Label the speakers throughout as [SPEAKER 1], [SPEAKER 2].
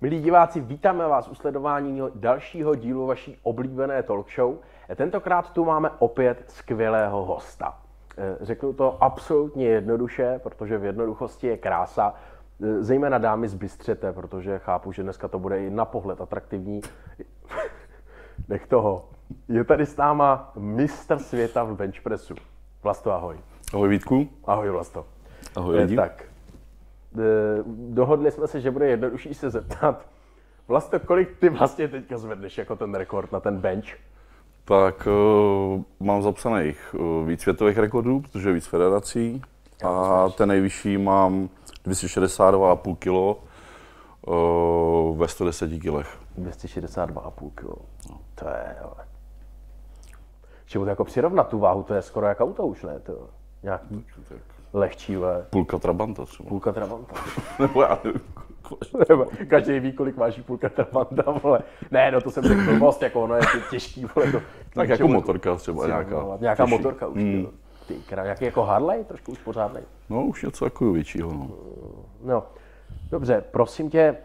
[SPEAKER 1] Milí diváci, vítáme vás u sledování dalšího dílu vaší oblíbené talk show. Tentokrát tu máme opět skvělého hosta. Eh, Řeknu to absolutně jednoduše, protože v jednoduchosti je krása. Eh, Zejména dámy zbystřete, protože chápu, že dneska to bude i na pohled atraktivní. Nech toho. Je tady s náma mistr světa v benchpressu. Vlasto, ahoj.
[SPEAKER 2] Ahoj Vítku.
[SPEAKER 1] Ahoj, Vlasto.
[SPEAKER 2] Ahoj
[SPEAKER 1] Eh,
[SPEAKER 2] lidi.
[SPEAKER 1] Tak. Eh, Dohodli jsme se, že bude jednodušší se zeptat. Vlastně, kolik ty vlastně teďka zvedneš jako ten rekord na ten bench?
[SPEAKER 2] Tak uh, mám zapsaných uh, víc světových rekordů, protože je víc federací. A ten nejvyšší mám 262,5 kg uh, ve 110 kilech.
[SPEAKER 1] 262,5 kg. No, To je, ale... Čemu to jako přirovnat tu váhu, to je skoro jak auto už, ne? To nějaký
[SPEAKER 2] Tak
[SPEAKER 1] lehčí, ale
[SPEAKER 2] Půlka Trabanta třeba.
[SPEAKER 1] půlka trabanta.
[SPEAKER 2] Nebo já nevím.
[SPEAKER 1] Každý ví, kolik váží půlka trabanta, vole. Ne, no to jsem řekl blbost, jako ono je tě- těžký, vole. To, k
[SPEAKER 2] Tak
[SPEAKER 1] čemu
[SPEAKER 2] jako
[SPEAKER 1] to
[SPEAKER 2] motorka třeba nějaká.
[SPEAKER 1] přirovnávat? no, Nějaká
[SPEAKER 2] těžší. Hmm.
[SPEAKER 1] motorka už, mm. Ty krá, nějaký jako Harley, trošku už pořádnej.
[SPEAKER 2] No už něco takového většího. No.
[SPEAKER 1] No, dobře, prosím tě,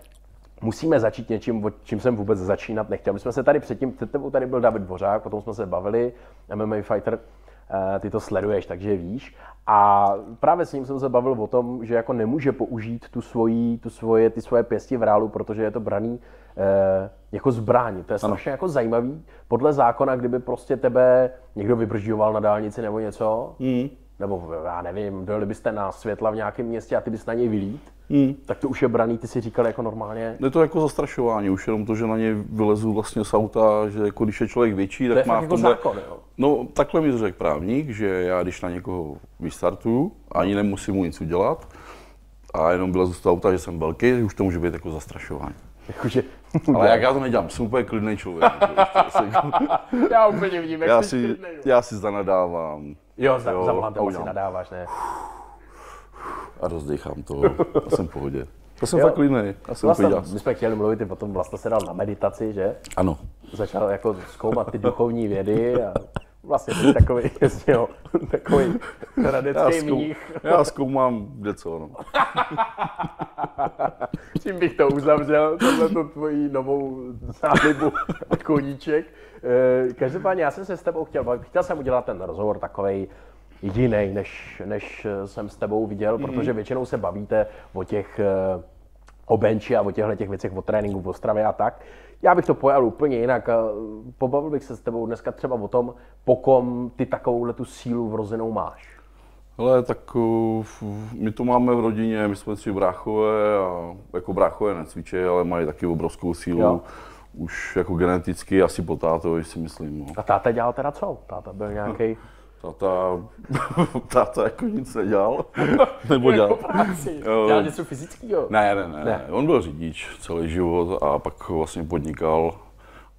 [SPEAKER 1] musíme začít něčím, o čím jsem vůbec začínat nechtěl. My jsme se tady předtím, před tebou tady byl David Dvořák, potom jsme se bavili, MMA fighter, eh, ty to sleduješ, takže víš. A právě s ním jsem se bavil o tom, že jako nemůže použít tu svoji, tu svoje, ty svoje pěsti v reálu, protože je to braný eh, jako zbraň. To je strašně jako zajímavý. Podle zákona, kdyby prostě tebe někdo vybržďoval na dálnici nebo něco, nebo já nevím, dojeli byste na světla v nějakém městě a ty bys na něj vylít,
[SPEAKER 2] Hmm.
[SPEAKER 1] tak to už je braný, ty si říkal jako normálně.
[SPEAKER 2] Je to jako zastrašování, už jenom to, že na něj vylezu vlastně z auta, že jako když je člověk větší,
[SPEAKER 1] To je
[SPEAKER 2] tak má
[SPEAKER 1] fakt
[SPEAKER 2] v
[SPEAKER 1] jako
[SPEAKER 2] tomhle...
[SPEAKER 1] zákon, jo.
[SPEAKER 2] No, takhle mi to řekl právník, že já když na někoho vystartuju, ani nemusím mu nic udělat, a jenom vylezu z toho auta, že jsem velký, že už to může být jako zastrašování.
[SPEAKER 1] Jakože,
[SPEAKER 2] Ale jak já to nedělám, jsem úplně klidný člověk.
[SPEAKER 1] já úplně vidím, jak
[SPEAKER 2] já,
[SPEAKER 1] jsi
[SPEAKER 2] si,
[SPEAKER 1] klidnej.
[SPEAKER 2] já si zanadávám
[SPEAKER 1] Jo, za,
[SPEAKER 2] jo, no,
[SPEAKER 1] za volantem
[SPEAKER 2] a
[SPEAKER 1] asi
[SPEAKER 2] udělám.
[SPEAKER 1] nadáváš, ne?
[SPEAKER 2] a rozdechám to a jsem v pohodě. Já jsem
[SPEAKER 1] Jo.
[SPEAKER 2] fakt klidný, já
[SPEAKER 1] Vlasta,
[SPEAKER 2] jsem úplně dělal.
[SPEAKER 1] Vlastně my jsme chtěli mluvit i potom, Vlasta se dal na meditaci, že?
[SPEAKER 2] Ano.
[SPEAKER 1] Začal jako zkoumat ty duchovní vědy a vlastně byl takový, jasně, jo, takový
[SPEAKER 2] Já,
[SPEAKER 1] hradecký
[SPEAKER 2] zkou,
[SPEAKER 1] mních.
[SPEAKER 2] já zkoumám kde co, no.
[SPEAKER 1] Tím bych to uzavřel, tohleto tvoji novou zálibu od koníček. Eh, Každopádně já jsem se s tebou chtěl bavit, chtěl jsem udělat ten rozhovor takovej jiný, než, než eh, jsem s tebou viděl,
[SPEAKER 2] Mhm.
[SPEAKER 1] protože většinou se bavíte o těch eh, o benchi a o těchto těch věcech, o tréninku v Ostravě a tak. Já bych to pojal úplně jinak. eh, Pobavil bych se s tebou dneska třeba o tom, po kom ty takovouhle tu sílu vrozenou máš.
[SPEAKER 2] Hele, tak uh, f- my to máme v rodině, my jsme tři bráchové a jako bráchové necvičejí, ale mají taky obrovskou sílu.
[SPEAKER 1] Jo.
[SPEAKER 2] Už jako geneticky asi po tátovi si myslím. No.
[SPEAKER 1] A táta dělal teda co? Táta byl nějaký.
[SPEAKER 2] Hm. Táta, táta jako nic nedělal, Jako nebo dělal. Jo.
[SPEAKER 1] Jako Dělal něco fyzického.
[SPEAKER 2] Ne, ne, ne, ne, on byl řidič celý život a pak vlastně podnikal,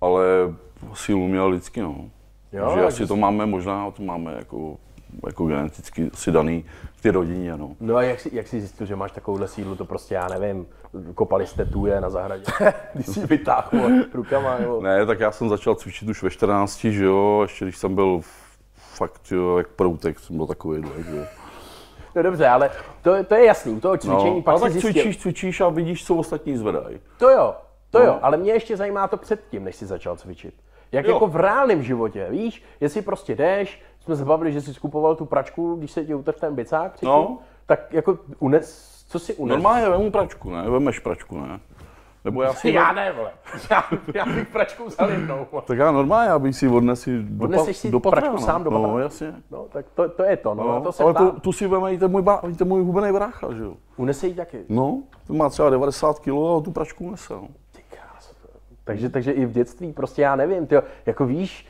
[SPEAKER 2] ale sílu měl lidsky, no.
[SPEAKER 1] Jo,
[SPEAKER 2] Jo, že
[SPEAKER 1] tak
[SPEAKER 2] asi to máme, možná to máme jako, jako geneticky si daný v té rodině, no.
[SPEAKER 1] No a jak jsi, jak jsi zjistil, že máš takovouhle sílu, to prostě já nevím, kopali jste tuje na zahradě, když jsi vytáhl rukama, nebo...
[SPEAKER 2] Ne, tak já jsem začal cvičit už ve 14, že jo, ještě když jsem byl f- fakt jo, jak proutek, jsem byl takový že jo.
[SPEAKER 1] No dobře, ale to, to je jasný, u toho cvičení no, pak
[SPEAKER 2] ale
[SPEAKER 1] jsi
[SPEAKER 2] tak
[SPEAKER 1] zjistil.
[SPEAKER 2] cvičíš, cvičíš a vidíš, co ostatní zvedají.
[SPEAKER 1] To jo, to jo, ale mě ještě zajímá to předtím, než jsi začal cvičit. Jak jo.
[SPEAKER 2] No. Jo.
[SPEAKER 1] jako v reálném životě, víš, jestli prostě jdeš, jsme se bavili, že jsi skupoval tu pračku, když se ti utrhl ten bicák předtím,
[SPEAKER 2] No.
[SPEAKER 1] tak jako unes, co si unes?
[SPEAKER 2] Normálně vemu pračku, ne? Vemeš pračku, ne? Nebo já si...
[SPEAKER 1] Já ne, vole. Já, já bych pračku vzal jednou. vole.
[SPEAKER 2] Tak já normálně, abych si odnesl do, pa,
[SPEAKER 1] Odneseš si
[SPEAKER 2] do patra,
[SPEAKER 1] pračku
[SPEAKER 2] no.
[SPEAKER 1] sám do
[SPEAKER 2] No,
[SPEAKER 1] patra.
[SPEAKER 2] jasně.
[SPEAKER 1] No, tak to, to je to, no, no
[SPEAKER 2] No,
[SPEAKER 1] to se
[SPEAKER 2] ale
[SPEAKER 1] ptám.
[SPEAKER 2] tu, tu, si veme i ten můj, bá, i ten můj hubený brácha, že jo?
[SPEAKER 1] Unese ji taky.
[SPEAKER 2] No, ten má třeba 90 kg a tu pračku nese, no.
[SPEAKER 1] Ty krása. Takže, takže i v dětství, prostě já nevím, tyjo, jako víš,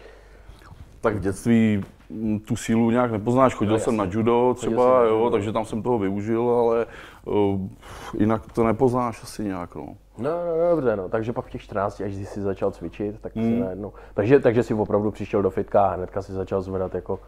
[SPEAKER 2] Tak v dětství mm, tu sílu nějak nepoznáš. Chodil
[SPEAKER 1] No,
[SPEAKER 2] jsem na
[SPEAKER 1] jasně.
[SPEAKER 2] judo
[SPEAKER 1] jsem na
[SPEAKER 2] třeba, jo, takže tam jsem toho využil, ale uh, jinak to nepoznáš asi nějak. No.
[SPEAKER 1] no, no, no dobře, no, takže pak v těch 14, až jsi začal cvičit, tak
[SPEAKER 2] Hmm.
[SPEAKER 1] si najednou, takže, takže si opravdu přišel do fitka a hnedka si začal zvedat jako,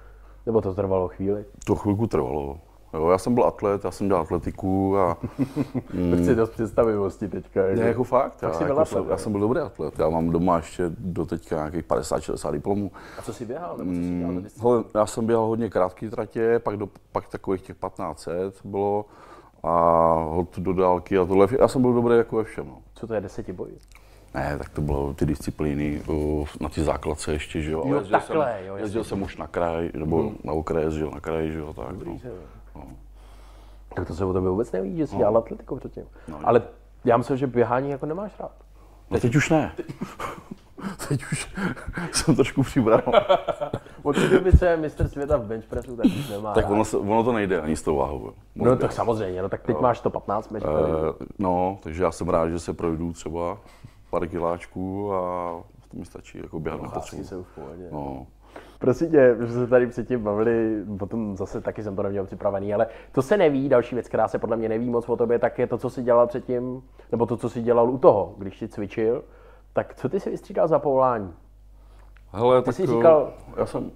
[SPEAKER 1] nebo to trvalo chvíli,
[SPEAKER 2] To chvilku trvalo. Jo, já jsem byl atlet, já jsem dělal atletiku a
[SPEAKER 1] mm. chci dost představivosti teďka,
[SPEAKER 2] Hmm. ne, jako fakt, já,
[SPEAKER 1] jsi byl
[SPEAKER 2] jako
[SPEAKER 1] atlet,
[SPEAKER 2] jsem,
[SPEAKER 1] jo.
[SPEAKER 2] já jsem byl dobrý atlet. Já mám doma ještě do teďka nějakých 50-60 diplomů.
[SPEAKER 1] a co si běhal, nebo co si dělal, mm.
[SPEAKER 2] Hele, já jsem běhal hodně krátké tratě, pak, do, pak takových těch 1500 bylo a hod do dálky a tohle. Já jsem byl dobrý jako ve všem. No.
[SPEAKER 1] Co to je, deseti bojů?
[SPEAKER 2] Ne, tak to bylo ty disciplíny uh, na ty základce ještě, že jo. ale
[SPEAKER 1] Jo,
[SPEAKER 2] jezdil
[SPEAKER 1] takhle,
[SPEAKER 2] jsem,
[SPEAKER 1] jo, jasně. Hmm.
[SPEAKER 2] Jezdil jsem už na kraj, nebo na okres, že jo, na kraj, že jo, tak. No.
[SPEAKER 1] Tak to se o tobě vůbec neví, že jsi dělal atletiku předtím. Ale já myslím, že běhání jako nemáš rád.
[SPEAKER 2] No teď už ne. teď už jsem trošku přibral.
[SPEAKER 1] Od té doby, co je mistr světa v benchpressu, tak už nemá
[SPEAKER 2] tak
[SPEAKER 1] rád.
[SPEAKER 2] ono, se- ono to nejde ani s tou váhou. jo.
[SPEAKER 1] No tak samozřejmě, no tak teď máš to 15 metrů.
[SPEAKER 2] Eh, no, takže já jsem rád, že se projdu třeba pár kiláčků a to mi stačí jako běhat na
[SPEAKER 1] Pásky
[SPEAKER 2] pocení.
[SPEAKER 1] jsou v pohodě.
[SPEAKER 2] No.
[SPEAKER 1] Prosím tě, my jsme se tady předtím bavili, potom zase taky jsem to neměl připravený, ale to se neví, další věc, která se podle mě neví moc o tobě, tak je to, co jsi dělal předtím, nebo to, co jsi dělal u toho, když jsi cvičil, tak co ty si vystřídal za povolání?
[SPEAKER 2] Hele, tak
[SPEAKER 1] jsi
[SPEAKER 2] eh,
[SPEAKER 1] říkal-
[SPEAKER 2] já jsem,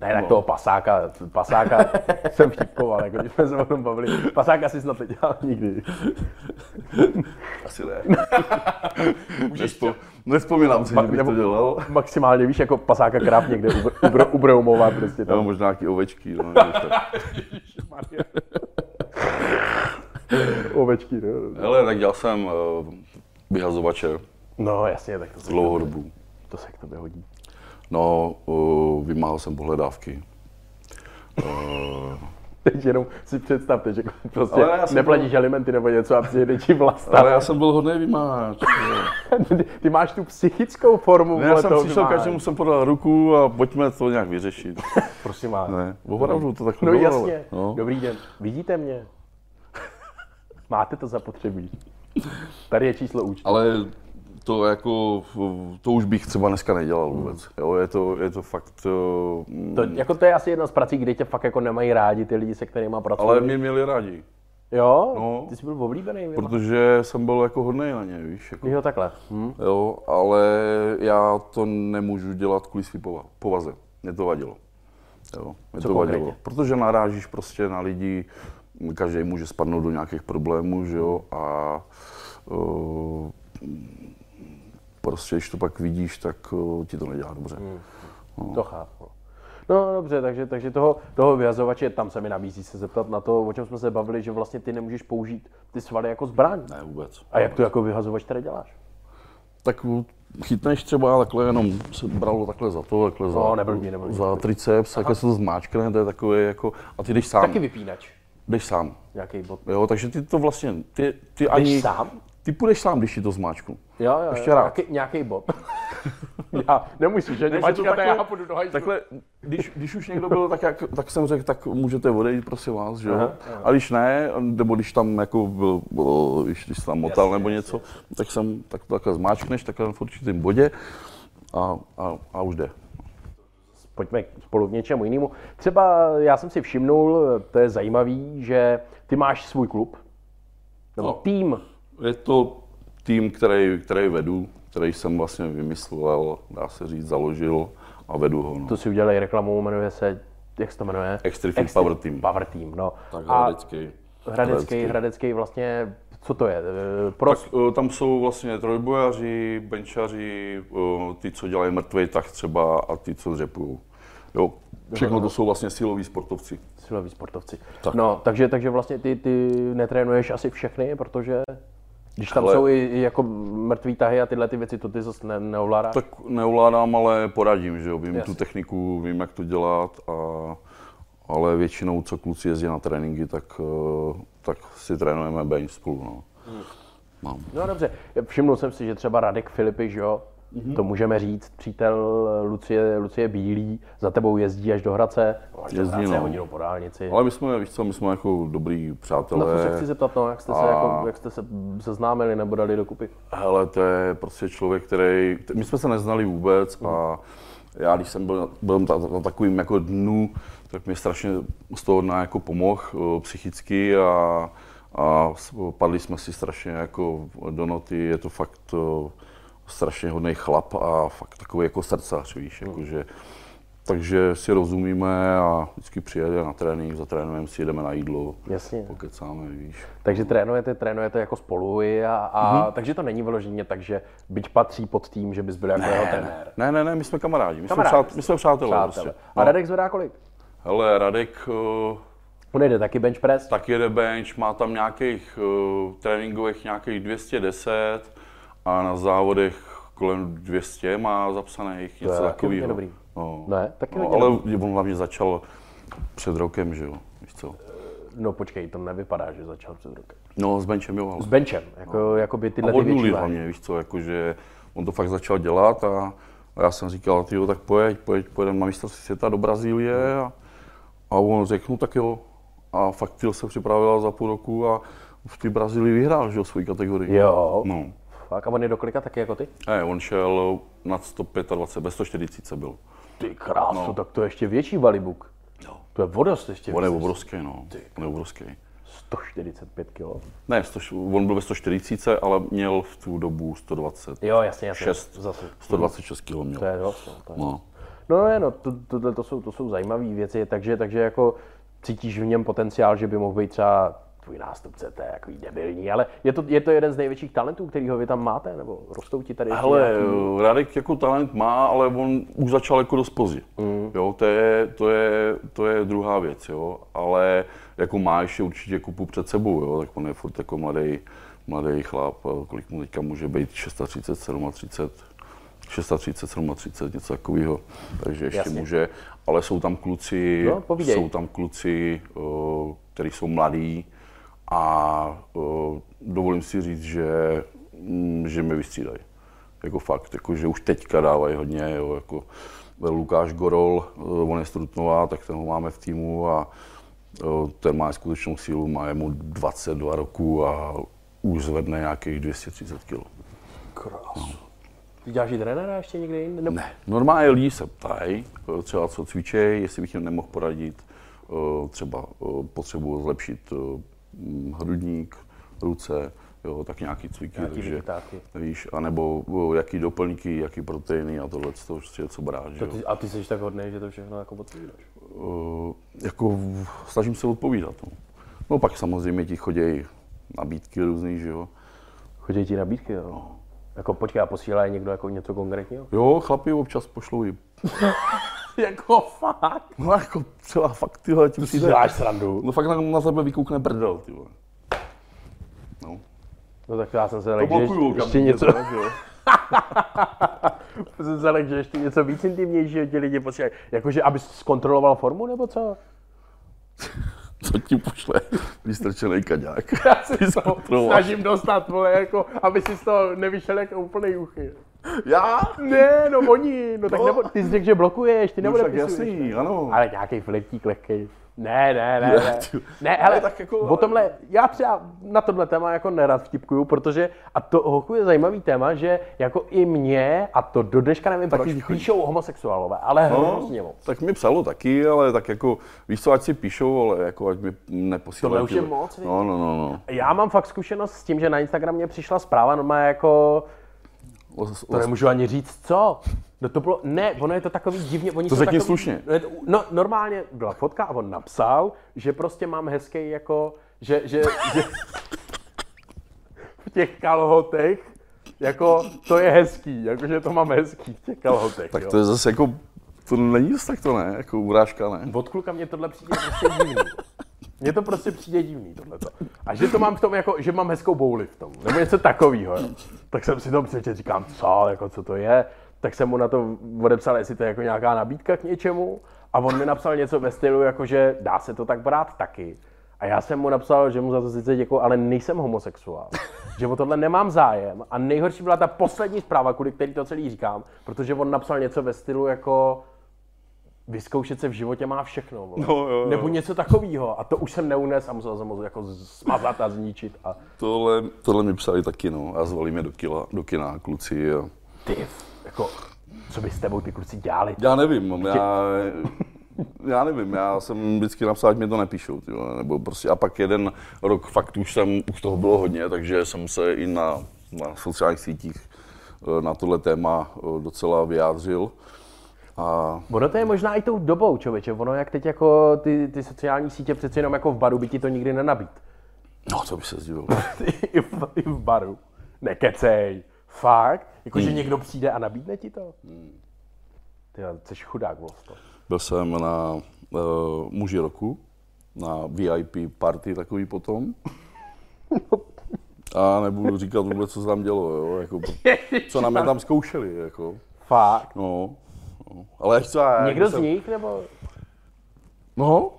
[SPEAKER 1] Ne, tak toho pasáka, pasáka jsem vtipkoval, jako když jsme se o tom bavili. Pasáka si snad nedělal nikdy.
[SPEAKER 2] asi ne. Nespo, nespomínám si, že bych to dělal.
[SPEAKER 1] Maximálně, víš, jako pasáka kráv někde ubr, ubr, ubroumovat prostě tam.
[SPEAKER 2] No, možná nějaký ovečky. No, nebo tak.
[SPEAKER 1] Ovečky, no.
[SPEAKER 2] Hele, tak dělal jsem eh, vyhazovače
[SPEAKER 1] No jasně, tak to se,
[SPEAKER 2] dlouhou dobu.
[SPEAKER 1] to se k tobě hodí.
[SPEAKER 2] No, eh, vymáhal jsem pohledávky. Eh,
[SPEAKER 1] Teď jenom si představte, že prostě
[SPEAKER 2] Ale já jsem
[SPEAKER 1] neplatíš alimenty nebo něco a přijede ti
[SPEAKER 2] Ale
[SPEAKER 1] vlasta.
[SPEAKER 2] já jsem byl hodný vymáhač.
[SPEAKER 1] Ty, ty máš tu psychickou formu.
[SPEAKER 2] Ne, já
[SPEAKER 1] vole,
[SPEAKER 2] jsem
[SPEAKER 1] toho
[SPEAKER 2] přišel,
[SPEAKER 1] vymáhání.
[SPEAKER 2] každému jsem podal ruku a pojďme to nějak vyřešit.
[SPEAKER 1] Prosím vás.
[SPEAKER 2] Ne, opravdu to takhle
[SPEAKER 1] No
[SPEAKER 2] bylo, ale-
[SPEAKER 1] jasně.
[SPEAKER 2] No.
[SPEAKER 1] Dobrý den. Vidíte mě? Máte to zapotřebí. Tady je číslo účtu.
[SPEAKER 2] Ale to jako, to už bych třeba dneska nedělal vůbec. Jo, je to, je to fakt, eh, mm,
[SPEAKER 1] To, jako to je asi jedna z prací, kde tě fakt jako nemají rádi ty lidi, se kterými pracují.
[SPEAKER 2] ale mě měli rádi,
[SPEAKER 1] Jo?
[SPEAKER 2] No.
[SPEAKER 1] Ty jsi byl oblíbený. Proto...
[SPEAKER 2] protože jsem byl jako hodnej na ně, víš, jako.
[SPEAKER 1] Jo, takhle. Hm?
[SPEAKER 2] Jo, ale já to nemůžu dělat kvůli své pova- povaze. Mě to vadilo. Jo, mě
[SPEAKER 1] Co
[SPEAKER 2] to vadilo.
[SPEAKER 1] konkrétně?
[SPEAKER 2] Protože narážíš prostě na lidi, každý může spadnout do nějakých problémů, že jo, a uh, prostě, když to pak vidíš, tak uh, ti to nedělá dobře.
[SPEAKER 1] Hmm. To chápu. No dobře, takže, takže toho, toho vyhazovače, tam se mi nabízí se zeptat na to, o čem jsme se bavili, že vlastně ty nemůžeš použít ty svaly jako zbraň.
[SPEAKER 2] Ne, vůbec.
[SPEAKER 1] A jak to jako vyhazovač tady děláš?
[SPEAKER 2] Tak uh, chytneš třeba takhle, jenom se bralo takhle za to, takhle za,
[SPEAKER 1] No, neblbni, neblbni.
[SPEAKER 2] za triceps, takhle se to zmáčkne, to je takové jako, a ty jdeš sám,
[SPEAKER 1] Taky vypínač.
[SPEAKER 2] jdeš sám.
[SPEAKER 1] Nějaký bod.
[SPEAKER 2] Jo, takže ty to vlastně, ty, ty ani...
[SPEAKER 1] sám?
[SPEAKER 2] Ty půjdeš sám, když ti to zmáčku.
[SPEAKER 1] Jo, jo,
[SPEAKER 2] Ještě
[SPEAKER 1] jo,
[SPEAKER 2] rád.
[SPEAKER 1] Nějaký, nějaký bod. já, nemusíš, že?
[SPEAKER 2] že to
[SPEAKER 1] Mačka,
[SPEAKER 2] takhle-
[SPEAKER 1] já půjdu do hajzlu.
[SPEAKER 2] Takhle, když, když už někdo byl, tak, jak, tak jsem řekl, tak můžete odejít, prosím vás, že jo. A když ne, nebo když tam jako byl, bylo, když, když jsi tam motal nebo něco, tak jsem, tak to takhle zmáčkneš, takhle v určitém bodě a, a, a už jde.
[SPEAKER 1] pojďme spolu k něčemu jinému. Třeba já jsem si všimnul, to je zajímavý, že ty máš svůj klub, nebo
[SPEAKER 2] No.
[SPEAKER 1] tým.
[SPEAKER 2] Je to tým, který, který vedu, který jsem vlastně vymyslel, dá se říct, založil a vedu ho. No.
[SPEAKER 1] To si udělali reklamu, jmenuje se, jak se to jmenuje?
[SPEAKER 2] Extreme Fit Power Team.
[SPEAKER 1] Power Team, no.
[SPEAKER 2] Tak
[SPEAKER 1] A
[SPEAKER 2] vždycky.
[SPEAKER 1] Hradecký, Hradecký vlastně, co to je? Eh, Pros,
[SPEAKER 2] Tak, eh, tam jsou vlastně trojbojaři, benčaři, eh, ty, co dělají mrtvej tak třeba a ty, co dřepují. Jo, všechno to jsou vlastně siloví sportovci.
[SPEAKER 1] siloví sportovci.
[SPEAKER 2] Tak.
[SPEAKER 1] No, takže, takže vlastně ty, ty netrénuješ asi všechny, protože když tam
[SPEAKER 2] Hele.
[SPEAKER 1] jsou i, i jako mrtvý tahy a tyhle ty věci, to ty zase ne, neovládáš?
[SPEAKER 2] Tak neovládám, ale poradím, že jo, vím
[SPEAKER 1] Jasně.
[SPEAKER 2] tu techniku, vím, jak to dělat, a, ale většinou, co kluci jezdí na tréninky, tak, eh, tak si trénujeme bench spolu. No.
[SPEAKER 1] Hmm.
[SPEAKER 2] Mám.
[SPEAKER 1] No dobře, všimnul jsem si, že třeba Radek Filipiš, jo,
[SPEAKER 2] Mhm.
[SPEAKER 1] to můžeme říct, přítel Lucie, Lucie Bílý, za tebou jezdí až do Hradce, až do
[SPEAKER 2] Jezdí,
[SPEAKER 1] Hradce
[SPEAKER 2] no.
[SPEAKER 1] hodinou po dálnici.
[SPEAKER 2] Ale my jsme, víš co, my jsme jako dobrý
[SPEAKER 1] Na
[SPEAKER 2] přátelé.
[SPEAKER 1] to se chci zeptat, no, jak jste se,
[SPEAKER 2] A-
[SPEAKER 1] jako, jak jste se seznámili nebo dali dokupy.
[SPEAKER 2] Hele, to je prostě člověk, který... t- My jsme se neznali vůbec a já, když jsem byl, byl na, na takovým jako dnu, tak mě strašně z toho dna jako pomohl eh, psychicky a, a s- padli jsme si strašně jako do noty. Je to fakt eh, strašně hodný chlap a fakt takový jako srdcař, víš, jakože... Takže si rozumíme a vždycky přijede na trénink, zatrénujeme si, jdeme na jídlo,
[SPEAKER 1] Jasně.
[SPEAKER 2] pokecáme, víš.
[SPEAKER 1] Takže trénujete, trénujete jako spolu i a, a takže to není vyloženě tak, že byť patří pod tým, že bys byl jako jeho trenér.
[SPEAKER 2] Ne, ne, ne, my jsme kamarádi, my,
[SPEAKER 1] Kamarádi
[SPEAKER 2] jsme, přát,
[SPEAKER 1] jste.
[SPEAKER 2] my jsme přátelé.
[SPEAKER 1] Přátelé.
[SPEAKER 2] Prostě.
[SPEAKER 1] A Radek zvedá kolik?
[SPEAKER 2] Hele, Radek eh,
[SPEAKER 1] On jde taky bench press?
[SPEAKER 2] taky jede bench, má tam nějakých eh, tréninkových nějakých 210, a na závodech kolem 200 má zapsaných něco
[SPEAKER 1] taky
[SPEAKER 2] takového.
[SPEAKER 1] hodně dobrý.
[SPEAKER 2] No.
[SPEAKER 1] Ne, taky
[SPEAKER 2] no,
[SPEAKER 1] hodně
[SPEAKER 2] ale on hlavně začal před rokem, že jo, víš co.
[SPEAKER 1] No počkej, to nevypadá, že začal před rokem.
[SPEAKER 2] No, s Benčem jo, ale.
[SPEAKER 1] S benchem, jako, no. jako by tyhle
[SPEAKER 2] A
[SPEAKER 1] ty
[SPEAKER 2] od
[SPEAKER 1] větší
[SPEAKER 2] nuly
[SPEAKER 1] váhy.
[SPEAKER 2] hlavně, víš co, jakože on to fakt začal dělat a, a já jsem říkal, ty jo, tak pojď, pojď, pojedeme na mistrovství světa do Brazílie a, a on řekl, no tak jo. A fakt Til se připravila za půl roku a v té Brazílii vyhrál, že jo, svoji kategorii.
[SPEAKER 1] Jo,
[SPEAKER 2] No.
[SPEAKER 1] fakt, a on je do kolika taky jako ty?
[SPEAKER 2] Ne, on šel nad 125, bez 140 se byl.
[SPEAKER 1] Ty krásu, no. tak to je ještě větší balibuk.
[SPEAKER 2] No.
[SPEAKER 1] To je vodost ještě
[SPEAKER 2] On je
[SPEAKER 1] víc.
[SPEAKER 2] obrovský, no. On je obrovský.
[SPEAKER 1] 145 kg.
[SPEAKER 2] Ne, 100, on byl ve 140, ale měl v tu dobu 120,
[SPEAKER 1] Jo, jasně, jasně.
[SPEAKER 2] Šest.
[SPEAKER 1] Zase.
[SPEAKER 2] 126 kg měl.
[SPEAKER 1] To je dost. No, to je.
[SPEAKER 2] No.
[SPEAKER 1] no, ne, no to, to, to, jsou, to jsou zajímavé věci, takže, takže jako cítíš v něm potenciál, že by mohl být třeba tvůj nástupce, to je jako debilní, ale je to, je to jeden z největších talentů, kterýho vy tam máte, nebo rostou ti tady ještě
[SPEAKER 2] Hele,
[SPEAKER 1] nějaký-
[SPEAKER 2] Radek jako talent má, ale on už začal jako dost pozdě. Mm. Jo, to je, to, je, to je druhá věc, jo. Ale jako má ještě určitě kupu před sebou, jo. Tak on je furt jako mladý, mladý chlap, eh, kolik mu teďka může být, 36, 37, 36, 37, něco takového. Takže ještě
[SPEAKER 1] Jasně.
[SPEAKER 2] může, ale jsou tam kluci,
[SPEAKER 1] No, povídej.
[SPEAKER 2] jsou tam kluci, eh, kteří jsou mladí a eh, dovolím si říct, že, mm, že mi vystřídají. Jako fakt, jako, že už teďka dávají hodně, jo, jako Lukáš Gorol, eh, on je z Trutnova, tak ten ho máme v týmu a eh, ten má skutečnou sílu, má mu 22 roku a už zvedne nějakých 230 kg.
[SPEAKER 1] Krásu. Ty děláš i trenéra ještě někde jinde? Nebo...
[SPEAKER 2] Ne, normálně lidi se ptají, eh, třeba co cvičej, jestli bych jim nemohl poradit, eh, třeba eh, potřebuji zlepšit eh, mm, hrudník, ruce, jo, tak nějaký cviky,
[SPEAKER 1] Nějaký
[SPEAKER 2] takže,
[SPEAKER 1] vychytávky.
[SPEAKER 2] víš, anebo eh, jaký doplňky, jaký proteiny a tohle, to je co brát, že
[SPEAKER 1] To
[SPEAKER 2] jo.
[SPEAKER 1] ty, a ty jsi tak hodný, že to všechno jako odpovídáš.
[SPEAKER 2] Eh, jako v- snažím se odpovídat, no. no pak samozřejmě ti chodějí nabídky různý, že jo.
[SPEAKER 1] Chodí ti nabídky, jo? Jako počkej, a posílá je někdo jako něco konkrétního?
[SPEAKER 2] Jo, chlapi občas pošlou i,
[SPEAKER 1] jako fakt?
[SPEAKER 2] no jako třeba fakt tyhle, tím si
[SPEAKER 1] Ty děláš srandu.
[SPEAKER 2] No fakt na, na tebe vykoukne prdel, ty vole. No.
[SPEAKER 1] No tak já jsem se lekl, že
[SPEAKER 2] blokujou
[SPEAKER 1] ještě, ještě něco,
[SPEAKER 2] okamžitě, teda, že jo?
[SPEAKER 1] jsem se lekl, že ještě něco víc intimnějšího ti lidi posílají. Jakože, abys zkontroloval formu, nebo co?
[SPEAKER 2] Co ti pošle vystrčený kaďák?
[SPEAKER 1] Já se z toho
[SPEAKER 2] Zkontroloval.
[SPEAKER 1] snažím dostat, vole, jako, aby si z toho nevyšel jako úplnej uchy.
[SPEAKER 2] Já?
[SPEAKER 1] Ne, no oni, no tak
[SPEAKER 2] No.
[SPEAKER 1] nebo, ty jsi řekl, že blokuješ, ty
[SPEAKER 2] No
[SPEAKER 1] nebo
[SPEAKER 2] však jasný, ano.
[SPEAKER 1] Ale nějaký flirtík lehký. Ne, ne, ne,
[SPEAKER 2] Ne,
[SPEAKER 1] ne.
[SPEAKER 2] ty-
[SPEAKER 1] Ne,
[SPEAKER 2] ne,
[SPEAKER 1] hele,
[SPEAKER 2] tak jako-
[SPEAKER 1] o tomhle, já třeba na tohle téma jako nerad vtipkuju, protože, a to hochu je zajímavý téma, že jako i mě, a to do dneška nevím, proč
[SPEAKER 2] Proč chodí? No.
[SPEAKER 1] píšou homosexuálové, ale hrozně moc.
[SPEAKER 2] Tak mi psalo taky, ale tak jako, víš co, ať si píšou, ale jako ať mi neposílají.
[SPEAKER 1] Tohle už
[SPEAKER 2] ty
[SPEAKER 1] je
[SPEAKER 2] vole.
[SPEAKER 1] moc, ne?
[SPEAKER 2] No, no, no, no.
[SPEAKER 1] Já mám fakt zkušenost s tím, že na Instagram mě přišla zpráva, no má jako,
[SPEAKER 2] O, o,
[SPEAKER 1] to nemůžu ani říct, co. No to bylo, ne, ono je to takový divně, oni
[SPEAKER 2] To
[SPEAKER 1] jsou
[SPEAKER 2] řekni
[SPEAKER 1] takový,
[SPEAKER 2] slušně.
[SPEAKER 1] No, je to- No, normálně byla fotka a on napsal, že prostě mám hezký jako, že, že, že v těch kalhotech, jako to je hezký, jakože to mám hezký v těch kalhotech,
[SPEAKER 2] tak
[SPEAKER 1] jo.
[SPEAKER 2] to je zase jako, to není zase tak to ne, jako urážka ne.
[SPEAKER 1] Od kluka mě tohle přijde prostě divný. Mně to prostě přijde divný tohleto. A že to mám v tom jako, že mám hezkou bouli v tom, nebo něco takového. jo. Tak jsem si to přečet, říkám, co, jako co to je. Tak jsem mu na to odepsal, jestli to je jako nějaká nabídka k něčemu. A on mi napsal něco ve stylu, jako že dá se to tak brát taky. A já jsem mu napsal, že mu za to sice děkuji, ale nejsem homosexuál. Že o tohle nemám zájem. A nejhorší byla ta poslední zpráva, kvůli který to celý říkám, protože on napsal něco ve stylu jako vyzkoušet se v životě má všechno, vole.
[SPEAKER 2] No, jo, jo.
[SPEAKER 1] nebo něco takového. A to už jsem neunes a musel jsem ho jako smazat a zničit. A...
[SPEAKER 2] Tohle, tohle mi psali taky, no, a zvali mě do, kila, do kina kluci. A...
[SPEAKER 1] Ty, jako, co by s tebou ty kluci dělali?
[SPEAKER 2] Já nevím, mám, já, já nevím, já jsem vždycky napsal, ať mi to nepíšou, ty, vole, nebo prostě, a pak jeden rok fakt už jsem, už toho bylo hodně, takže jsem se i na, na sociálních sítích eh, na tohle téma eh, docela vyjádřil. A
[SPEAKER 1] Ono to je možná i tou dobou, člověče. Ono jak teď jako ty, ty sociální sítě přeci jenom jako v baru by ti to nikdy nenabít.
[SPEAKER 2] no, to by se zdivil.
[SPEAKER 1] I, v, I v baru. Nekecej. Fakt? Jako, že někdo přijde a nabídne ti to? Ty, jo, jsi chudák, vlastně.
[SPEAKER 2] Byl jsem na uh, muži roku, na VIP party takový potom. A nebudu říkat vůbec, co se tam dělo, jo? Jako, co na mě tam zkoušeli. Jako.
[SPEAKER 1] Fakt.
[SPEAKER 2] No. no. Ale víš co, já,
[SPEAKER 1] Někdo z
[SPEAKER 2] jsem-
[SPEAKER 1] nich, nebo?
[SPEAKER 2] No,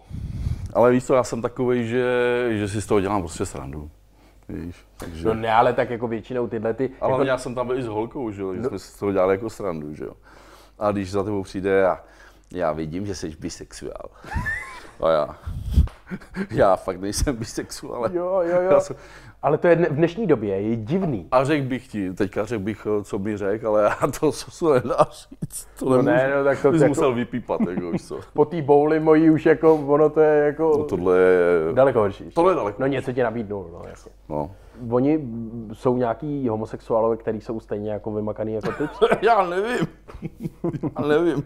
[SPEAKER 2] ale víš co, já jsem takový, že, že si z toho dělám prostě srandu. Víš, takže...
[SPEAKER 1] No ne, ale tak jako většinou tyhle ty,
[SPEAKER 2] Ale
[SPEAKER 1] jako, No.
[SPEAKER 2] hlavně já jsem tam byl i s holkou, že jo, že jsme si z toho dělali jako srandu, že jo. A když za tebou přijde a já vidím, že jsi bisexuál. A já, já fakt nejsem bisexuál, ale
[SPEAKER 1] Jo, jo, jo.
[SPEAKER 2] Já jsem,
[SPEAKER 1] ale to je dne- v dnešní době, je divný.
[SPEAKER 2] a řekl bych ti, teďka řekl bych, eh, co mi řekl, ale já to se nedá říct, to nemůžu.
[SPEAKER 1] ne, no, tak to-
[SPEAKER 2] Bys
[SPEAKER 1] tak to-
[SPEAKER 2] musel vypípat, jako víš co.
[SPEAKER 1] Po té bouli mojí už jako, ono to je jako...
[SPEAKER 2] Tohle je,
[SPEAKER 1] Daleko horší.
[SPEAKER 2] tohle je daleko.
[SPEAKER 1] No něco ti nabídnul, no jasně.
[SPEAKER 2] No.
[SPEAKER 1] Oni mm, jsou nějaký homosexuálové, kteří jsou stejně jako vymakaný jako ty?
[SPEAKER 2] Já nevím, já nevím.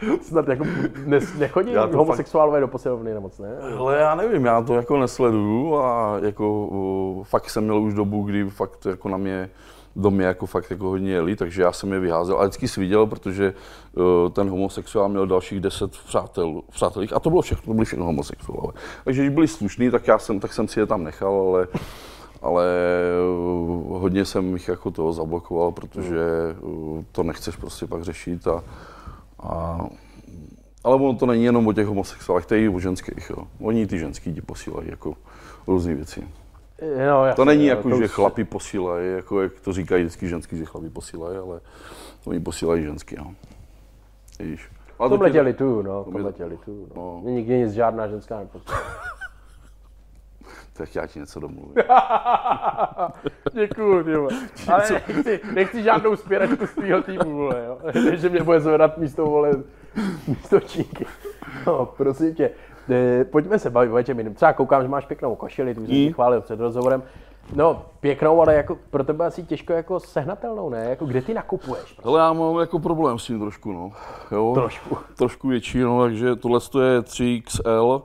[SPEAKER 1] Snad jako ne, nechodí
[SPEAKER 2] Já to
[SPEAKER 1] homosexuálové do posilovny nebo co, ne?
[SPEAKER 2] Ale já nevím, já to jako nesleduju a jako uh, fakt jsem měl už dobu, kdy fakt jako na mě do mě jako fakt jako hodně jeli, takže já jsem je vyházel. A vždycky jsi viděl, protože uh, ten homosexuál měl dalších deset přátel, přátelích a to bylo všechno, to byli všechno homosexuálové. Takže když byli slušní, tak já jsem, tak jsem si je tam nechal, ale, ale uh, hodně jsem jich jako toho zablokoval, protože uh, to nechceš prostě pak řešit a, a ale ono to není jenom o těch homosexuálech, to je i o ženských. Jo. Oni ty ženský ti posílají jako různé věci.
[SPEAKER 1] No, jasně,
[SPEAKER 2] To není
[SPEAKER 1] jo,
[SPEAKER 2] jako, že
[SPEAKER 1] už-
[SPEAKER 2] chlapi posílají, jako jak to říkají vždycky ženský, že chlapi posílají, ale oni posílají ženský. No. Vidíš. Ale
[SPEAKER 1] V tom
[SPEAKER 2] tě-
[SPEAKER 1] letěli lituju, no, v
[SPEAKER 2] mě-
[SPEAKER 1] tom letěli lituju, no.
[SPEAKER 2] no.
[SPEAKER 1] Mě nikdy nic žádná ženská neposílala.
[SPEAKER 2] Tak já ti něco domluvím.
[SPEAKER 1] Děkuju, ty vole. Ale nechci, nechci žádnou spěračku z tvýho týmu, vole, jo. že mě bude zvedat místo, vole, místo činky. No, prosím tě, e, pojďme se bavit o něčem jiném. Třeba koukám, že máš pěknou košili, tu jsem ti chválil před rozhovorem. No, pěknou, ale jako pro tebe asi těžko jako sehnatelnou, ne? Jako kde ty nakupuješ?
[SPEAKER 2] Ale já mám jako problém s tím trošku, no. Jo?
[SPEAKER 1] Trošku.
[SPEAKER 2] Trošku větší, no, takže tohle to je 3XL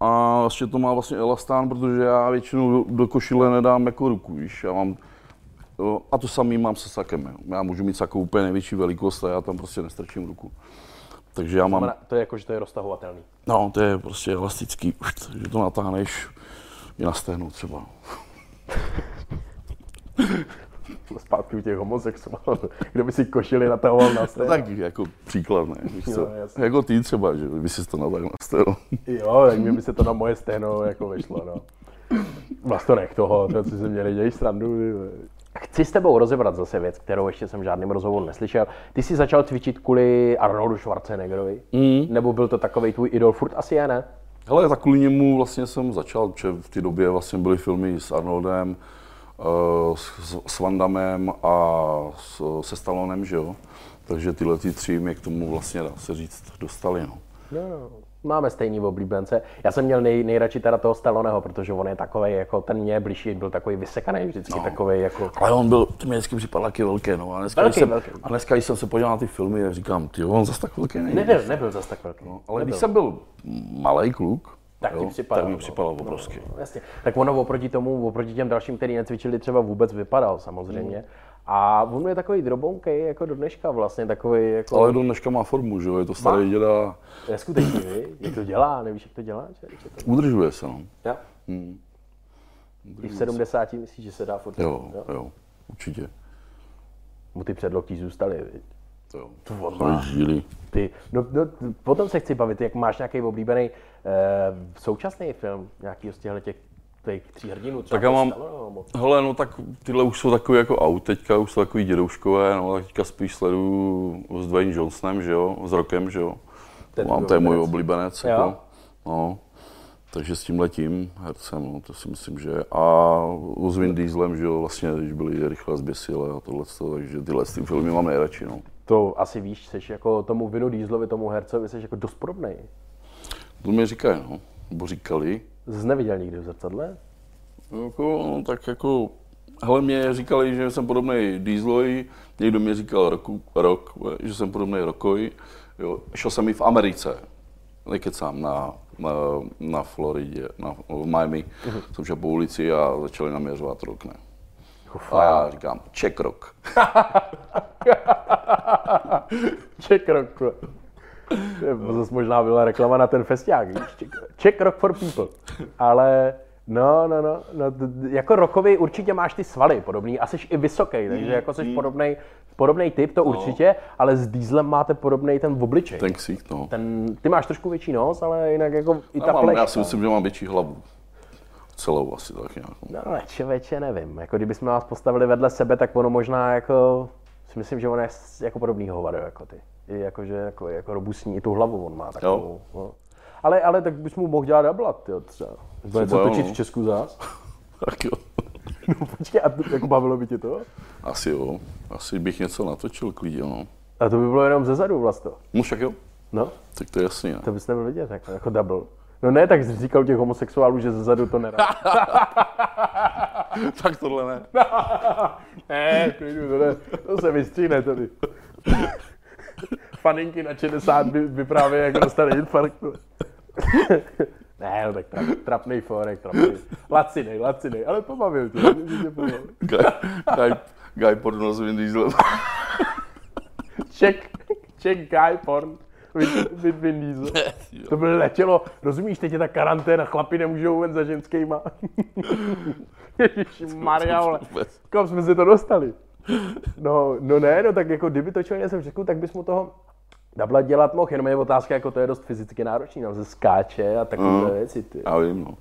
[SPEAKER 2] a ještě to má vlastně elastán, protože já většinou do, do košile nedám jako ruku, víš, já mám jo, a to samý mám se sakem. jo. Já můžu mít sakou úplně největší velikost a já tam prostě nestrčím ruku. Takže já mám,
[SPEAKER 1] To je jako, že to je roztahovatelný.
[SPEAKER 2] no to je prostě elastický, že to natáhneš i na stehnu třeba.
[SPEAKER 1] Zpátky u těch homosexuálů. Kdo by si košili natahoval na
[SPEAKER 2] To je
[SPEAKER 1] stejno?
[SPEAKER 2] tak jako příklad, ne? Víš co?
[SPEAKER 1] Jo, jasně.
[SPEAKER 2] jako ty třeba, že by si to natáhl na stehnu.
[SPEAKER 1] Jo, tak mě by se to na moje stehno jako vyšlo, no. Vlastně nech toho, to co se mě nedějí srandu. ty vole. Chci s tebou rozebrat zase věc, kterou ještě jsem v žádném rozhovoru neslyšel. Ty jsi začal cvičit kvůli Arnoldu Schwarzeneggerovi? Mm. Nebo byl to takový tvůj idol? Furt asi je, ne?
[SPEAKER 2] Hele, tak kvůli němu vlastně jsem začal, protože v té době vlastně byly filmy s Arnoldem, eh, s, s Vandamem a s, se Stallonem, že jo? Takže tyhle ty tři mě k tomu vlastně, dá se říct, dostali, no.
[SPEAKER 1] No, máme stejný oblíbence. Já jsem měl nej, nejradši teda toho Stalloneho, protože on je takový, jako ten mě blížší, byl takový vysekaný, vždycky no. takový, jako.
[SPEAKER 2] Ale on byl, to mi vždycky připadal taky velké, no. A dneska,
[SPEAKER 1] Velký,
[SPEAKER 2] když jsem,
[SPEAKER 1] velký.
[SPEAKER 2] a dneska, když jsem se podíval na ty filmy, tak říkám, ty on zase tak velký není.
[SPEAKER 1] Nebyl, nebyl zas tak velký. No,
[SPEAKER 2] Ale když jsem byl malý kluk,
[SPEAKER 1] Tak ti připadal,
[SPEAKER 2] tak mi
[SPEAKER 1] no.
[SPEAKER 2] připadal obrovský.
[SPEAKER 1] Jasně. Tak ono oproti tomu, oproti těm dalším, který necvičili, třeba vůbec vypadal samozřejmě. A on je takový drobounkej, jako do dneška vlastně, takový jako... Ale...
[SPEAKER 2] Ale do dneška má formu, že jo, je to starý děda,
[SPEAKER 1] Je skutečný, vi? jak to dělá, nevíš, jak to dělá? Že? Že to...
[SPEAKER 2] udržuje se, no.
[SPEAKER 1] Jo. Hmm. I v 70. myslíš, že se dá furt...
[SPEAKER 2] Jo, jo, jo určitě.
[SPEAKER 1] Mu ty předloktí zůstaly, viď?
[SPEAKER 2] To jo.
[SPEAKER 1] Tvorba.
[SPEAKER 2] Žili.
[SPEAKER 1] Ty, no, no, t- potom se chci bavit, jak máš nějaký oblíbený eh, současný film, nějaký z těchto těch, těch tří hrdinů, třeba
[SPEAKER 2] Tak já mám-
[SPEAKER 1] Stallone, nebo-
[SPEAKER 2] Hele, no tak tyhle už jsou takový jako aut, teďka už jsou takový dědouškové, no tak teďka spíš sleduju s Dwayne Johnsonem, že jo, s Rokem, že jo.
[SPEAKER 1] To je
[SPEAKER 2] To Mám,
[SPEAKER 1] tvůj
[SPEAKER 2] to je můj
[SPEAKER 1] oblíbenec.
[SPEAKER 2] oblíbenec,
[SPEAKER 1] Jo.
[SPEAKER 2] jako. No. Takže s tím letím hercem, no, to si myslím, že a s Vin Dieselem, že jo, vlastně, když byli rychle zběsile a tohle, takže tyhle ty filmy mám nejradši, no.
[SPEAKER 1] To asi víš, jsi jako tomu Vinu Dieselovi, tomu hercovi, jsi jako dost podobnej.
[SPEAKER 2] To mi říkají, no, nebo říkali,
[SPEAKER 1] Jsi neviděl nikdy v zrcadle?
[SPEAKER 2] Jako, no, tak jako, hele, mě říkali, že jsem podobný Dieselovi, někdo mi říkal roku, rok, že jsem podobný Rokovi. Jo. Šel jsem i v Americe, nekecám, na, na, na Floridě, na, v Miami.
[SPEAKER 1] Mhm.
[SPEAKER 2] Jsem šel po ulici a začali na mě řvát rok, ne. A já říkám, check rock.
[SPEAKER 1] Czech Rock. vole. To je- Zase možná byla reklama na ten festiák, víš? Czech- Czech Rock for People. Ale No, no, no, no t- t- jako rokovi určitě máš ty svaly podobný a jsi i vysoký, takže jako
[SPEAKER 2] Mm,
[SPEAKER 1] jsi podobnej, podobnej typ,
[SPEAKER 2] No.
[SPEAKER 1] to určitě, ale s dýzlem máte podobný ten obličej.
[SPEAKER 2] Ten ksík, no.
[SPEAKER 1] Ten, ty máš trošku větší nos, ale jinak jako i ta
[SPEAKER 2] Já, No, mám, já si
[SPEAKER 1] pleška.
[SPEAKER 2] myslím, že mám větší hlavu. Celou asi tak nějak. no.
[SPEAKER 1] No ale čověče, nevím, jako kdybychom vás postavili vedle sebe, tak ono možná jako, si myslím, že on je s- jako podobný hovado jako ty. I jako, že jako, jako robustní, i tu hlavu on má takovou. No. Ale, ale tak bys mu mohl dělat dablat, jo, třeba. Bude něco
[SPEAKER 2] jo,
[SPEAKER 1] točit
[SPEAKER 2] no.
[SPEAKER 1] v Česku zás.
[SPEAKER 2] Tak jo.
[SPEAKER 1] No počkej, a to, jako bavilo by tě to?
[SPEAKER 2] Asi jo. Asi bych něco natočil klidně, no.
[SPEAKER 1] A to by bylo jenom zezadu vlastně.
[SPEAKER 2] No však jo.
[SPEAKER 1] No,
[SPEAKER 2] Tak to je jasný, ne?
[SPEAKER 1] to bys nebyl vidět, jako, jako double. No ne, tak jsi říkal těch homosexuálů, že zezadu to nedá.
[SPEAKER 2] tak tohle ne.
[SPEAKER 1] ne, klidu, to, ne, to se vystříhne tady. Faninky na 60 by, by právě jako dostali infarkt. ne, no tak trap, trapnej forek, trapnej. Lacinej, lacinej, ale pobavil tě. že tě pobavil.
[SPEAKER 2] Guy, guy, guy porno s Vin Dieselem.
[SPEAKER 1] Check, check guy porn. Vin- Vin- Vin Diesel. To by letělo, rozumíš, teď je ta karanténa, chlapi nemůžou ven za ženskýma. Maria, vole.
[SPEAKER 2] Vůbec.
[SPEAKER 1] Kam jsme se to dostali? No, no ne, no tak jako kdyby točil něco v Česku, tak bys mu toho dabla dělat mohl, jenom je otázka, jako to je dost fyzicky náročný, tam se skáče a takové
[SPEAKER 2] Mm.
[SPEAKER 1] věci, ty.
[SPEAKER 2] Já vím, no.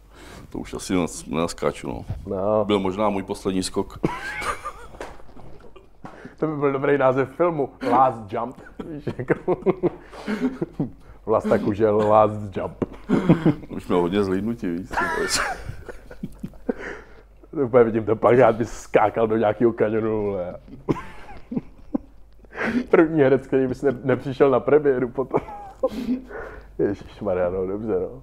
[SPEAKER 2] To už asi nas- nenaskáču, no.
[SPEAKER 1] No,
[SPEAKER 2] Byl možná můj poslední skok.
[SPEAKER 1] to by byl dobrý název filmu, Last Jump, víš, jako... Vlasta Kužel, Last Jump.
[SPEAKER 2] Už měl hodně zlídnutí, víš. ty vole.
[SPEAKER 1] To Úplně vidím ten plakát, by skákal do nějakého kanionu, vole. První herec, který bys ne, nepřišel na premiéru potom. Ježišmarja, no dobře, no.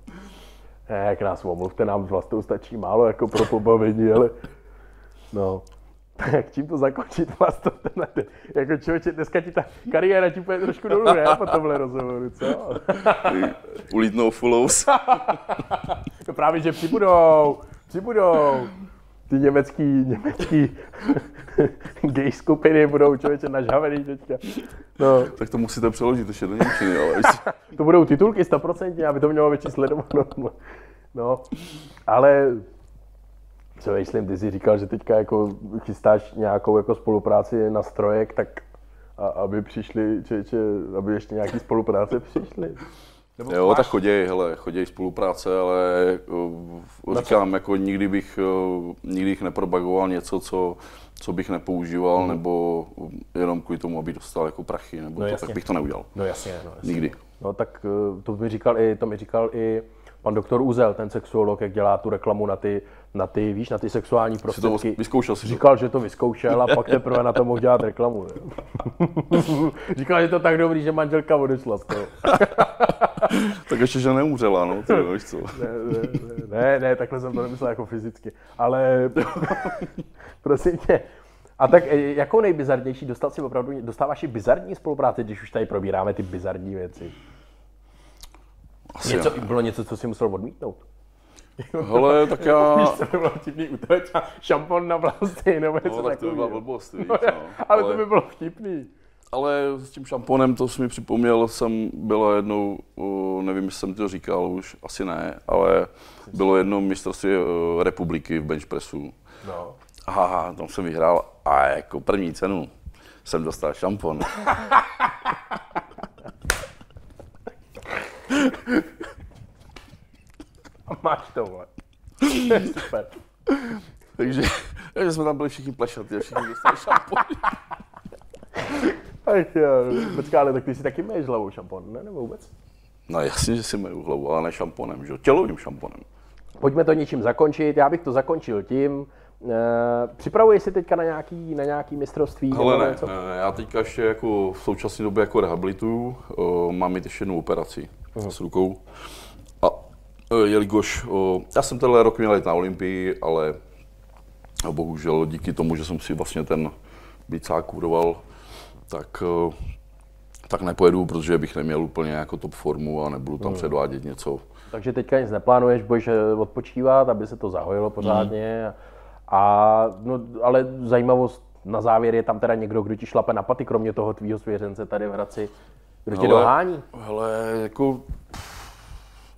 [SPEAKER 1] Ne, jak nás omluvte, nám s vlastou stačí málo jako pro pobavení, ale no. Tak čím to zakončit vlastně tenhle, ten, jako člověče, dneska ti ta kariéra ti půjde trošku dolů, ne, po tomhle rozhovoru, co?
[SPEAKER 2] Ulítnou fulous.
[SPEAKER 1] To právě, že přibudou, přibudou. Ty německý, německý gay skupiny budou člověče nažavený teďka. No,
[SPEAKER 2] Tak to musíte přeložit ještě do Němčiny, ale víš. co.
[SPEAKER 1] to budou titulky 100%, aby to mělo větší sledovanost. No, ale co myslím, ty jsi říkal, že teďka jako chystáš nějakou jako spolupráci na strojek, tak a, aby přišli, člověče, aby ještě nějaký spolupráce přišly. Nebo
[SPEAKER 2] Jo,
[SPEAKER 1] máš-
[SPEAKER 2] tak choděj, hele, choděj spolupráce, ale uh, říkám, jako nikdy bych, uh, nikdy bych nepropagoval něco, co, co bych nepoužíval, hmm. nebo jenom kvůli tomu, aby dostal jako prachy, nebo
[SPEAKER 1] No,
[SPEAKER 2] no, to,
[SPEAKER 1] jasně.
[SPEAKER 2] tak bych to neudělal.
[SPEAKER 1] No jasně, no jasně.
[SPEAKER 2] Nikdy.
[SPEAKER 1] No tak eh, to mi říkal i, to mi říkal i pan doktor Uzel, ten sexuolog, jak dělá tu reklamu na ty, na ty víš, na ty sexuální
[SPEAKER 2] Jsi to
[SPEAKER 1] prostředky.
[SPEAKER 2] vyzkoušel si to.
[SPEAKER 1] Říkal, že to vyzkoušel a pak teprve na to mohl dělat reklamu. jo. říkal, že to tak dobrý, že manželka odešla z toho.
[SPEAKER 2] Tak ještě, že neumřela, no, ty jo, víš co.
[SPEAKER 1] Ne, ne, ne, ne, ne, takhle jsem to nemyslel jako fyzicky, ale prosím tě. A tak eh, jakou nejbizarnější dostal si opravdu, dostáváš i bizarní spolupráci, když už tady probíráme ty bizarní věci?
[SPEAKER 2] Asi
[SPEAKER 1] Něco,
[SPEAKER 2] ne.
[SPEAKER 1] bylo něco, co si musel odmítnout?
[SPEAKER 2] Hele, tak já...
[SPEAKER 1] Víš, co by bylo vtipný utoč a šampon na vlasy, nebo něco
[SPEAKER 2] No, tak to by byla
[SPEAKER 1] takového.
[SPEAKER 2] blbost, víš,
[SPEAKER 1] Ale,
[SPEAKER 2] no.
[SPEAKER 1] ale to by bylo vtipný.
[SPEAKER 2] Ale s tím šamponem, to jsi mi připomněl, jsem byla jednou, uh, nevím, jestli jsem to říkal už, asi ne, ale bylo jedno mistrovství uh, republiky v benchpressu.
[SPEAKER 1] No.
[SPEAKER 2] Aha, tam jsem vyhrál a jako první cenu jsem dostal šampon.
[SPEAKER 1] A máš to, vole. Super.
[SPEAKER 2] takže, takže jsme tam byli všichni plešatí a všichni dostali šampon.
[SPEAKER 1] Ach jo, počkej, ale tak ty si taky měješ hlavou šampon, ne? Nebo vůbec?
[SPEAKER 2] No jasně, že si mají hlavu, ale ne šamponem, že jo, tělovým šamponem.
[SPEAKER 1] Pojďme to něčím zakončit, já bych to zakončil tím, eh, připravuješ si teďka na nějaký, na nějaký mistrovství?
[SPEAKER 2] Ale
[SPEAKER 1] nebo
[SPEAKER 2] ne,
[SPEAKER 1] něco?
[SPEAKER 2] ne, ne, já teďka ještě jako v současné době jako rehabilituju, uh, mám mít ještě jednu operaci uh-huh. s rukou. A uh, jelikož, uh, já jsem tenhle rok měl jít na Olympii, ale eh, bohužel díky tomu, že jsem si vlastně ten bicák kuroval, tak, uh, tak nepojedu, protože bych neměl úplně jako top formu a nebudu tam předvádět něco.
[SPEAKER 1] Takže teďka nic neplánuješ, budeš eh, odpočívat, aby se to zahojilo pořádně. A, no, ale zajímavost na závěr je tam teda někdo, kdo ti šlape na paty, kromě toho tvýho svěřence tady v Hradci, kdo tě
[SPEAKER 2] Hele,
[SPEAKER 1] dohání.
[SPEAKER 2] Hele, jako...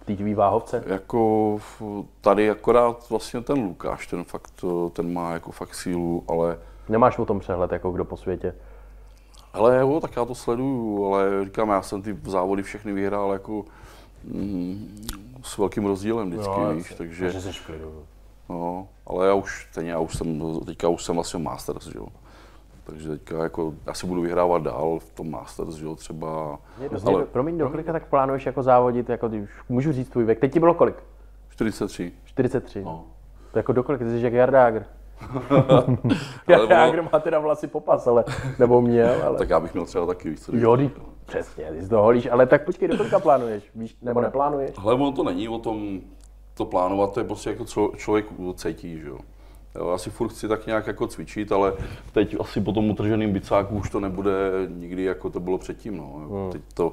[SPEAKER 1] té tvý váhovce?
[SPEAKER 2] Jako v- tady akorát vlastně ten Lukáš, ten fakt, eh, ten má jako fakt sílu, ale
[SPEAKER 1] Nemáš o tom přehled, jako kdo po světě.
[SPEAKER 2] Ale jo, tak já to sleduju, ale říkám, já jsem ty závody všechny vyhrál jako mm, s velkým rozdílem vždycky, no, víš, takže,
[SPEAKER 1] Takže jsi v klidu.
[SPEAKER 2] no, ale já už, ten, já už jsem, teďka už jsem vlastně Masters, že jo. Takže teďka jako, asi budu vyhrávat dál v tom Masters, že jo, třeba,
[SPEAKER 1] Mě,
[SPEAKER 2] ale
[SPEAKER 1] ale... Promiň, do kolika tak plánuješ jako závodit, jako ty, už můžu říct tvůj věk, teď ti bylo kolik?
[SPEAKER 2] 43.
[SPEAKER 1] 43. No.
[SPEAKER 2] No.
[SPEAKER 1] To jako do kolika, ty jsi jak Jarda Agr.
[SPEAKER 2] Ale
[SPEAKER 1] Jarda
[SPEAKER 2] ono-
[SPEAKER 1] Agr má teda vlasy popas, ale, nebo měl, ale.
[SPEAKER 2] Tak já bych měl třeba taky, víš co,
[SPEAKER 1] Jo, ty, přesně, ty jsi to holíš, ale tak počkej, do kolika plánuješ, víš, nebo neplánuješ?
[SPEAKER 2] Ale ono to není o tom to plánovat, to je prostě jako co člověk cítí, že jo. Jo, Asi furt chci tak nějak jako cvičit, ale teď asi po tom utrženém bicáku už to nebude nikdy, jako to bylo předtím, no. Jako Teď to,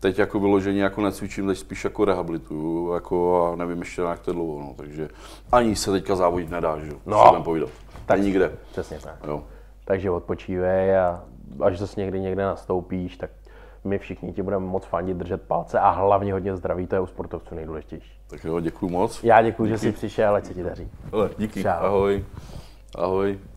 [SPEAKER 2] teď jako vyloženě jako necvičím, teď spíš jako rehabilituju, jako a nevím ještě jak to je dlouho, no. Takže ani se teďka závodit nedá, že jo.
[SPEAKER 1] No.
[SPEAKER 2] No. Co budem povídat. Tak nikde.
[SPEAKER 1] Přesně tak.
[SPEAKER 2] Jo.
[SPEAKER 1] Takže odpočívej a až zase někdy někde nastoupíš, tak my všichni ti budeme moc fandit, držet palce a hlavně hodně zdraví, to je u sportovců nejdůležitější.
[SPEAKER 2] Tak jo, děkuju moc.
[SPEAKER 1] Já děkuji, že jsi přišel, ať se ti daří.
[SPEAKER 2] Hele, díky.
[SPEAKER 1] Čau.
[SPEAKER 2] Ahoj. Ahoj.